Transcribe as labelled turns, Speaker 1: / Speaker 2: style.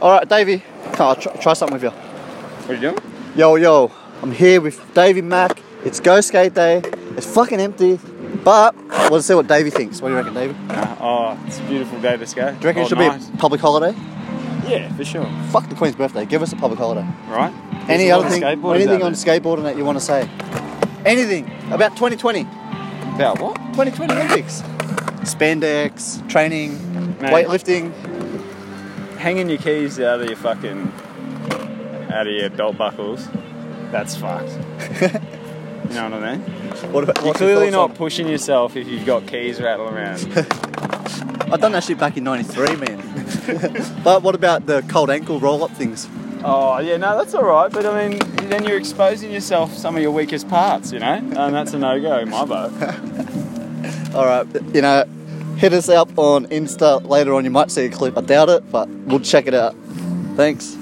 Speaker 1: All right, Davey, come on, try, try something with you.
Speaker 2: What are you doing?
Speaker 1: Yo, yo, I'm here with Davey Mack. It's Go Skate Day. It's fucking empty, but I want to see what Davey thinks. What do you reckon, Davey? Do you
Speaker 2: Uh, oh, it's a beautiful day to skate. Do you
Speaker 1: reckon it should be a public holiday?
Speaker 2: Yeah, for sure.
Speaker 1: Fuck the Queen's birthday. Give us a public holiday.
Speaker 2: Right?
Speaker 1: Any
Speaker 2: There's a lot
Speaker 1: other
Speaker 2: of
Speaker 1: thing,
Speaker 2: skateboarders
Speaker 1: anything
Speaker 2: out
Speaker 1: on skateboarding that you want to say? Anything about 2020,
Speaker 2: there. About what?
Speaker 1: 2020 Olympics, spandex, training,
Speaker 2: Mate.
Speaker 1: weightlifting.
Speaker 2: Hanging your keys out of your fucking. out of your belt buckles. That's fucked. you know what I mean?
Speaker 1: What about
Speaker 2: You're
Speaker 1: what's your
Speaker 2: clearly not
Speaker 1: thoughts
Speaker 2: pushing yourself if you've got keys rattling around.
Speaker 1: on- I done that shit back in '93, man. but what about the cold ankle roll-up things?
Speaker 2: oh, yeah, no, that's alright, but I mean, then you're exposing yourself some of your weakest parts, you know? And that's a no go in my boat.
Speaker 1: All right, you know, hit us up on Insta later on. You might see a clip. I doubt it, but we'll check it out. Thanks.